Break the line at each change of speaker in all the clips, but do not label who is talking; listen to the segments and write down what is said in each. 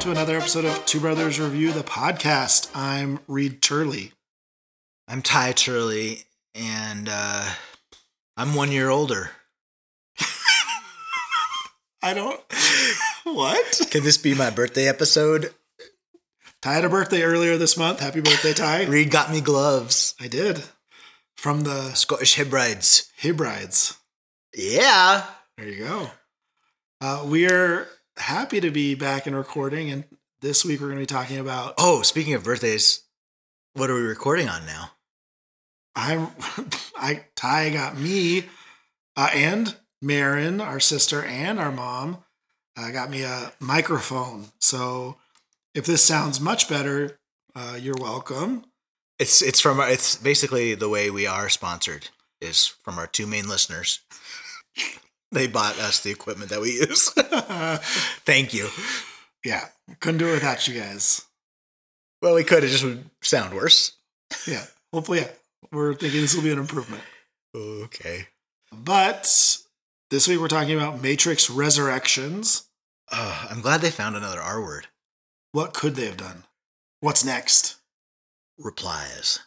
to another episode of Two Brothers Review the Podcast. I'm Reed Turley.
I'm Ty Turley, and uh, I'm one year older.
I don't. what?
Could this be my birthday episode?
Ty had a birthday earlier this month. Happy birthday, Ty.
Reed got me gloves.
I did. From the
Scottish Hebrides.
Hebrides.
Yeah.
There you go. Uh, we are happy to be back and recording, and this week we're going to be talking about.
Oh, speaking of birthdays, what are we recording on now?
I, I Ty got me, uh, and Marin, our sister, and our mom, uh, got me a microphone. So if this sounds much better, uh, you're welcome.
It's it's from our, it's basically the way we are sponsored is from our two main listeners. they bought us the equipment that we use. Thank you.
yeah, couldn't do it without you guys.
Well, we could. It just would sound worse.
Yeah, hopefully, yeah, we're thinking this will be an improvement.
Okay.
But this week we're talking about Matrix Resurrections.
Uh, I'm glad they found another R word.
What could they have done? What's next?
Replies.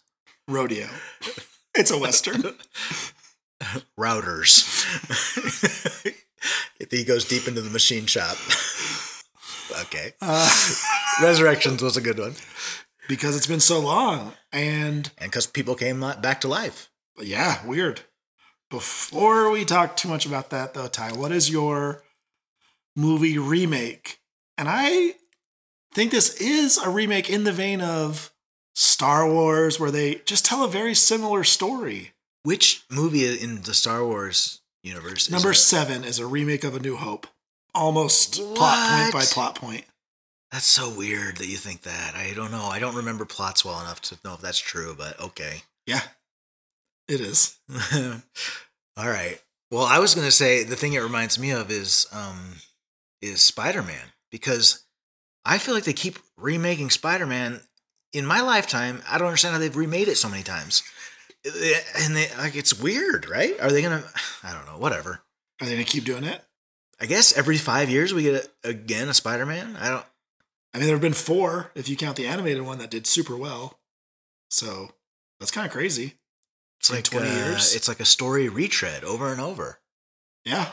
Rodeo. It's a western.
Routers. he goes deep into the machine shop. okay.
Uh,
Resurrections was a good one.
because it's been so long, and
And because people came li- back to life.
yeah, weird. Before we talk too much about that, though, Ty, what is your movie remake? And I think this is a remake in the vein of Star Wars, where they just tell a very similar story.
Which movie in the Star Wars universe is
Number
it?
seven is a remake of A New Hope, almost plot point by
What?
plot point.
That's so weird that you think that. I don't know. I don't remember plots well enough to know if that's true, but okay.
Yeah, it is.
All right. Well, I was gonna say the thing it reminds me of is um is Spider Man because I feel like they keep remaking Spider Man. In my lifetime, I don't understand how they've remade it so many times, Eh, and they like it's weird, right? Are they gonna? I don't know. Whatever.
Are they gonna keep doing it?
I guess every five years we get a, again a Spider Man. I don't.
I mean, there have been four if you count the animated one that did super well. So that's kind of crazy.
It's
In
like
20
uh,
years?
It's like a story retread over and over.
Yeah.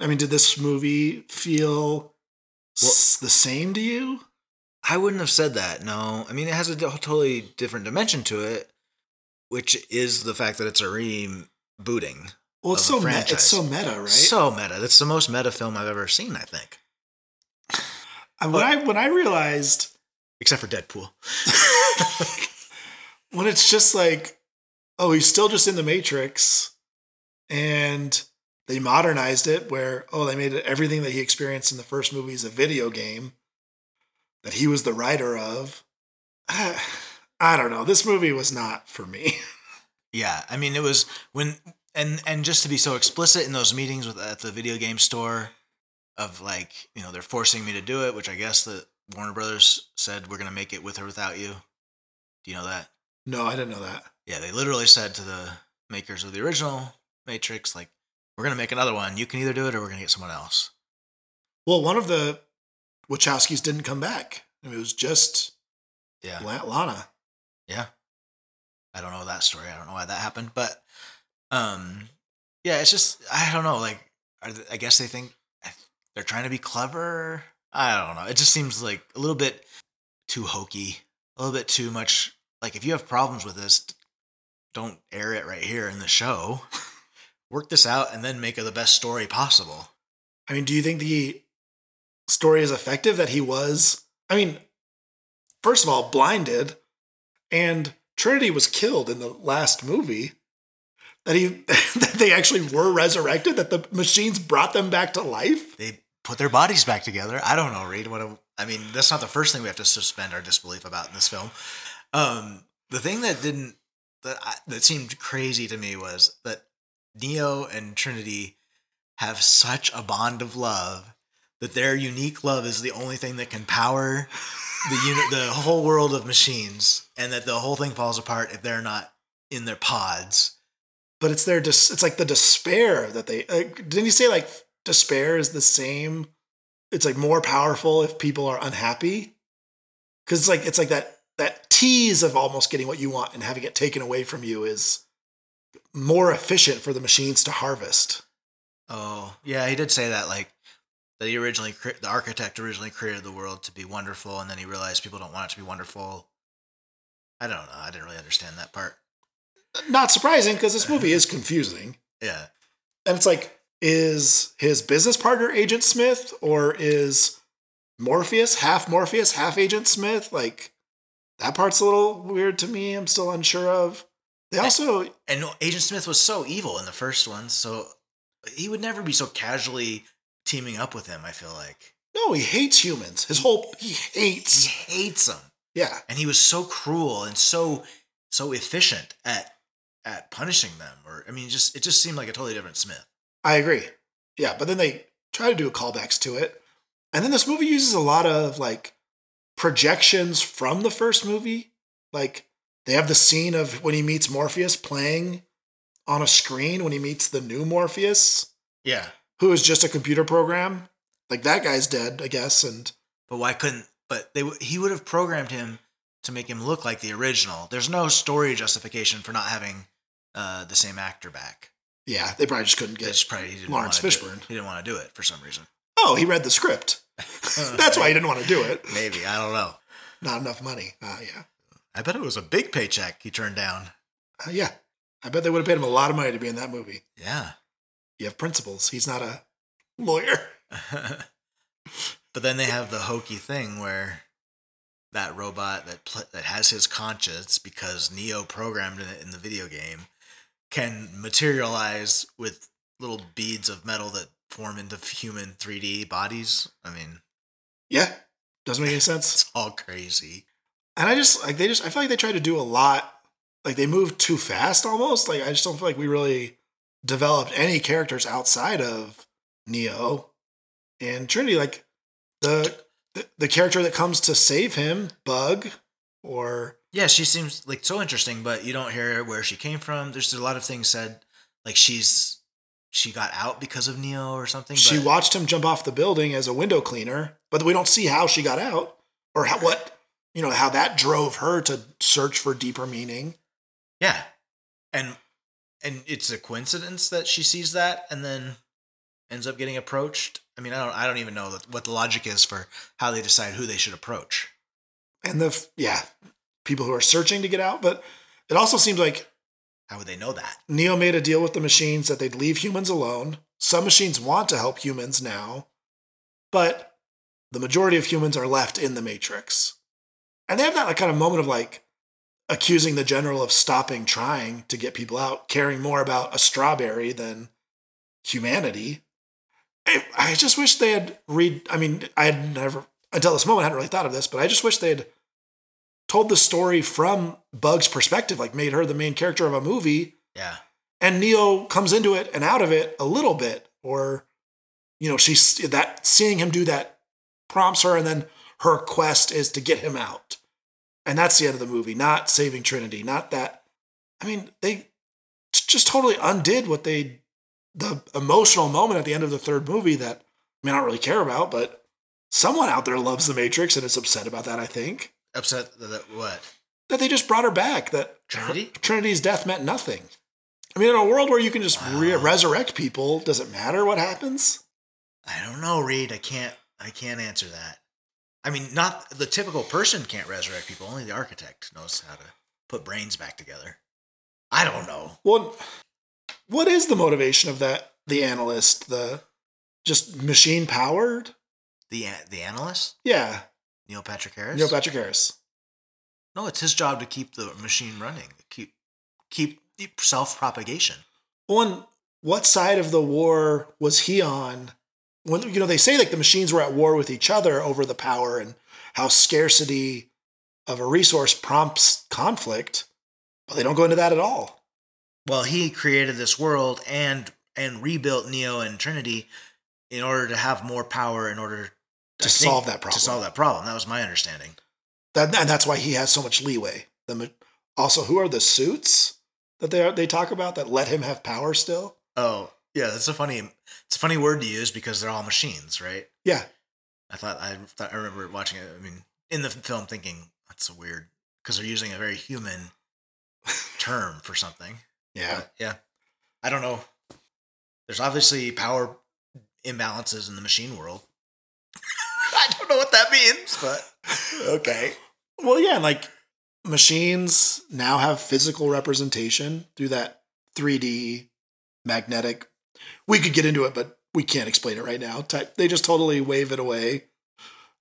I mean, did this movie feel s- the same to you?
I wouldn't have said that. No, I mean it has a d- totally different dimension to it, which is the fact that it's a rebooting.
Well, it's
of
so
a
meta, it's
franchise.
so meta, right?
So meta. That's the most meta film I've ever seen. I think,
And when I when I realized
except for Deadpool.
when it's just like, oh, he's still just in the Matrix, and they modernized it where oh, they made it everything that he experienced in the first movie is a video game that he was the writer of. I, I don't know. This movie was not for me.
Yeah, I mean it was when and and just to be so explicit in those meetings with at the video game store, of like you know they're forcing me to do it, which I guess the Warner Brothers said we're gonna make it with or without you. Do you know that?
No, I didn't know that.
Yeah, they literally said to the makers of the original Matrix, like, we're going to make another one. You can either do it or we're going to get someone else.
Well, one of the Wachowskis didn't come back. I mean, it was just
Yeah.
La- Lana.
Yeah. I don't know that story. I don't know why that happened, but um yeah, it's just I don't know, like are th I guess they think they're trying to be clever. I don't know. It just seems like a little bit too hokey, a little bit too much like if you have problems with this, don't air it right here in the show. Work this out and then make it the best story possible.
I mean, do you think the story is effective that he was? I mean, first of all, blinded, and Trinity was killed in the last movie. That he that they actually were resurrected. That the machines brought them back to life.
they put their bodies back together. I don't know, Reed. What a, I mean, that's not the first thing we have to suspend our disbelief about in this film. Um, the thing that didn't that I, that seemed crazy to me was that Neo and Trinity have such a bond of love that their unique love is the only thing that can power the unit, the whole world of machines, and that the whole thing falls apart if they're not in their pods.
But it's their dis- it's like the despair that they uh, didn't you say like despair is the same it's like more powerful if people are unhappy because it's like it's like that that tease of almost getting what you want and having it taken away from you is more efficient for the machines to harvest
Oh, yeah, he did say that. Like that he originally, cre- the architect originally created the world to be wonderful, and then he realized people don't want it to be wonderful. I don't know. I didn't really understand that part.
not surprising because this movie is confusing
Yeah,
and it's like is his business partner agent smith or is morpheus half morpheus half agent smith like that part's a little weird to me i'm still unsure of they also
and no, Agent Smith was so evil in the first one, so he would never be so casually teaming up with him. I feel like
no he hates humans his whole he
he
hates
hates him,
yeah
and he was so cruel and so so efficient at at punishing them. Or I mean, just it just seemed like a totally different Smith.
i agree yeah but then they try to do callbacks to it and then this movie uses a lot of like projections from the first movie like they have the scene of when he meets morpheus playing on a screen when he meets the new morpheus
Yeah,
who is just a computer program. Like that guy's dead, I guess. And
But why couldn't? But they w- he would have programmed him to make him look like the original. There's no story justification for not having uh, the same actor back.
yeah, they probably just couldn't
It's
get.
probably he didn't
Lawrence
wanna do
Fishburne.
it. He didn't want to do it for some reason.
Oh, he read the script. That's why he didn't want to do it.
Maybe I don't know.
Not enough money. Uh, yeah,
I bet it was a big paycheck he turned down.
uh, yeah. I bet they would have paid him a lot of money to be in that movie.
Yeah.
You have principles. He's not a lawyer.
but then they have the hokey thing where that robot that pl- that has his conscience because Neo programmed it in the video game can materialize with little beads of metal that form into human 3D bodies. I mean,
Yeah, doesn't make any sense.
it's all crazy.
And I just like they just. I feel like they tried to do a lot. Like they moved too fast almost. Like I just don't feel like we really developed any characters outside of Neo and Trinity. Like the the, the character that comes to save him, Bug, or
Yeah, she seems like so interesting, but you don't hear where she came from. There's a lot of things said like she's she got out because of Neo or something.
she
but-
watched him jump off the building as a window cleaner, but we don't see how she got out or how what you know how that drove her to search for deeper meaning.
Yeah. And and it's a coincidence that she sees that and then ends up getting approached. I mean, I don't I don't even know what the logic is for how they decide who they should approach.
And the f- yeah, people who are searching to get out, but it also seems like
How would they know that?
Neo made a deal with the machines that they'd leave humans alone. Some machines want to help humans now, but the majority of humans are left in the Matrix. And they have that like, kind of moment of like accusing the general of stopping trying to get people out, caring more about a strawberry than humanity. I, I just wish they had read. I mean, I had never, until this moment, I hadn't really thought of this, but I just wish they had told the story from Bug's perspective, like made her the main character of a movie
Yeah.
and Neo comes into it and out of it a little bit, or you know, she's that seeing him do that prompts her, and then her quest is to get him out, and that's the end of the movie. Not saving Trinity, not that. I mean, they t- just totally undid what they the emotional moment at the end of the third movie that I mean, I don't really care about, but someone out there loves the Matrix and is upset about that. I think
Upset that, that what?
that they just brought her back. That
Trinity?
Trinity's death meant nothing. I mean, in a world where you can just re-
Wow.
resurrect people, does it matter what happens?
I don't know, Reed. I can't I can't answer that. I mean, not the typical person can't resurrect people. Only the architect knows how to put brains back together. I don't know.
Well, what is the motivation of that? The analyst, the just machine powered?
The an- the analyst,
Yeah,
Neil Patrick Harris.
Neil Patrick Harris.
No, it's his job to keep the machine running, keep keep self propagation.
On what side of the war was he on? When you know they say like the machines were at war with each other over the power and how scarcity of a resource prompts conflict, but they don't go into that at all.
Well, he created this world and and rebuilt Neo and Trinity in order to have more power in order
To
I
solve that problem.
To solve that problem, that was my understanding.
That, and that's why he has so much leeway. The, ma- also, who are the suits that they are, they talk about that let him have power still?
Oh, yeah, that's a funny it's a funny word to use because they're all machines, right?
Yeah,
I thought I thought I remember watching it. I mean, in the film, thinking that's weird because they're using a very human term for something.
Yeah.
But, yeah. I don't know. There's obviously power imbalances in the machine world. I don't know what that means, but okay.
Well, yeah, and like machines now have physical representation through that 3D magnetic. We could get into it, but we can't explain it right now. Type they just totally wave it away.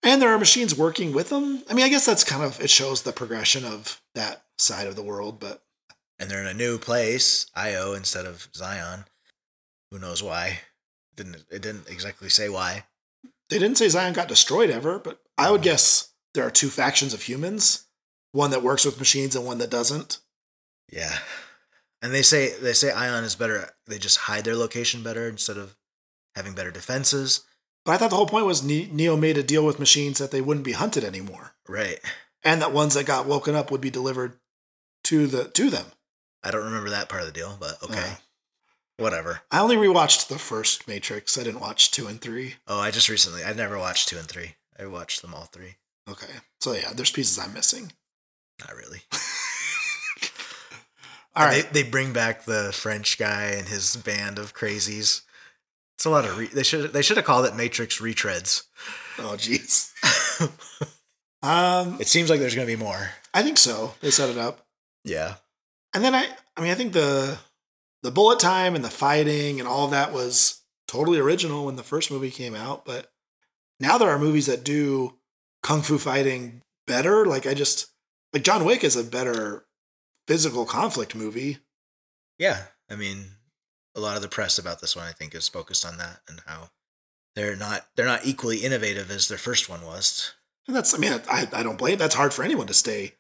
And there are machines working with them. I mean, I guess that's kind of it shows the progression of that side of the world, but
And they're in a new place, Io instead of Zion. Who knows why? Didn't it didn't exactly say why.
they didn't say Zion got destroyed ever, but I would guess there are two factions of humans, one that works with machines and one that doesn't.
Yeah. And they say they say Ion is better. They just hide their location better instead of having better defenses.
But I thought the whole point was Ne- Neo made a deal with machines that they wouldn't be hunted anymore,
Right.
and that ones that got woken up would be delivered to the to them.
I don't remember that part of the deal, but okay.
Yeah.
Whatever.
I only rewatched the first Matrix. I didn't watch two and three.
Oh, I just recently I never watched 2 and 3. I watched them all 3.
Okay, so yeah, there's pieces I'm missing.
Not really.
All
And
right,
They, they bring back the French guy and his band of crazies. It's a lot of re- they should they should have called it Matrix retreads.
oh jeez. um,
It seems like there's going to be more.
I think so. They set it up,
Yeah.
and then I, I mean, I think the the bullet time and the fighting and all of that was totally original when the first movie came out. But now there are movies that do kung fu fighting better. Like I just like John Wick is a better physical conflict movie.
Yeah. I mean, a lot of the press about this one I think is focused on that and how they're not they're not equally innovative as their first one was.
And that's, I mean, I, I don't blame. That's hard for anyone to stay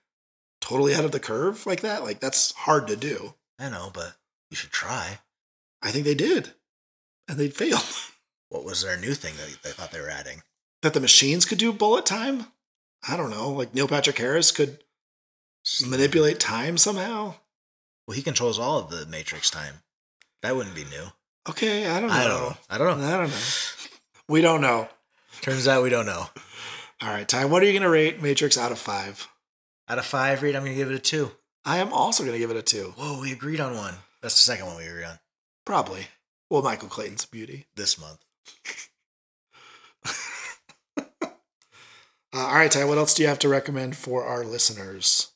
totally ahead of the curve like that. Like that's hard to do.
I know, but you should try.
I think they did, and they failed.
What was their new thing that they thought they were adding?
that the machines could do bullet time. I don't know. Like Neil Patrick Harris could manipulate time somehow.
Well, he controls all of the Matrix time. That wouldn't be new.
Okay, I don't know.
I don't know. I don't know.
I don't know. We don't know.
Turns out we don't know.
All right, Ty, what are you going to rate Matrix out of five?
Out of five, Reed, I'm going to give it a two.
I am also going to give it a two.
Whoa, we agreed on one. That's the second one we agreed on
Probably. Well, Michael Clayton's beauty.
this month.
Uh, all right, Ty, what else do you have to recommend for our listeners?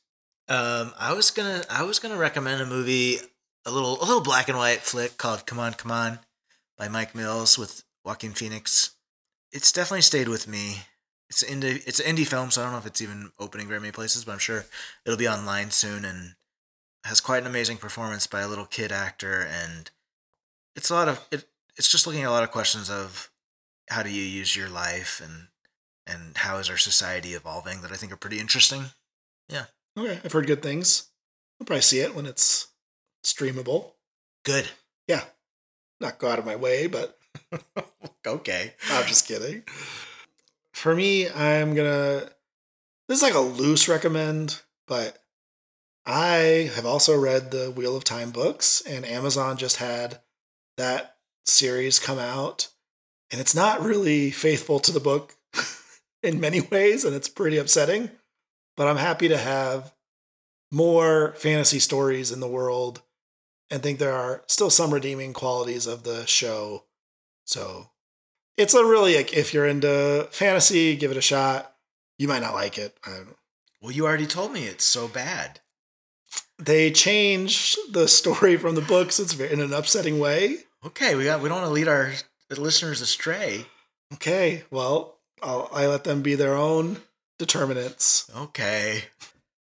Um, I was gonna, I was gonna recommend a movie, a little, a little black and white flick called "Come On, Come On," by Mike Mills with Joaquin Phoenix. It's definitely stayed with me. It's an indie, it's an indie film, so I don't know if it's even opening very many places, but I'm sure it'll be online soon. And has quite an amazing performance by a little kid actor, and it's a lot of it. It's just looking at a lot of questions of how do you use your life and and how is our society evolving that I think are pretty interesting.
Okay, I've heard good things. I'll probably see it when it's streamable.
Good.
Not go out of my way, but
Okay.
I'm just kidding. For me, I'm gonna. This is like a loose recommend, but I have also read the Wheel of Time books, and Amazon just had that series come out, and it's not really faithful to the book in many ways, and it's pretty upsetting. But I'm happy to have more fantasy stories in the world, and think there are still some redeeming qualities of the show. So it's a really like if you're into fantasy, give it a shot. You might not like it. I don't know.
Well, you already told me it's so bad.
They change the story from the books. It's very, in an upsetting way.
Okay, we got. We don't want to lead our listeners astray.
Okay, well, I'll, I let them be their own determinants.
Okay.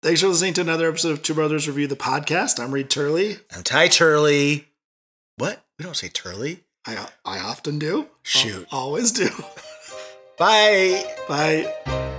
Thanks for listening to another episode of Two Brothers Review the podcast. I'm Reed Turley.
I'm Ty Turley. What? We don't say Turley.
I I often do.
Shoot.
Al- always do.
Bye.
Bye.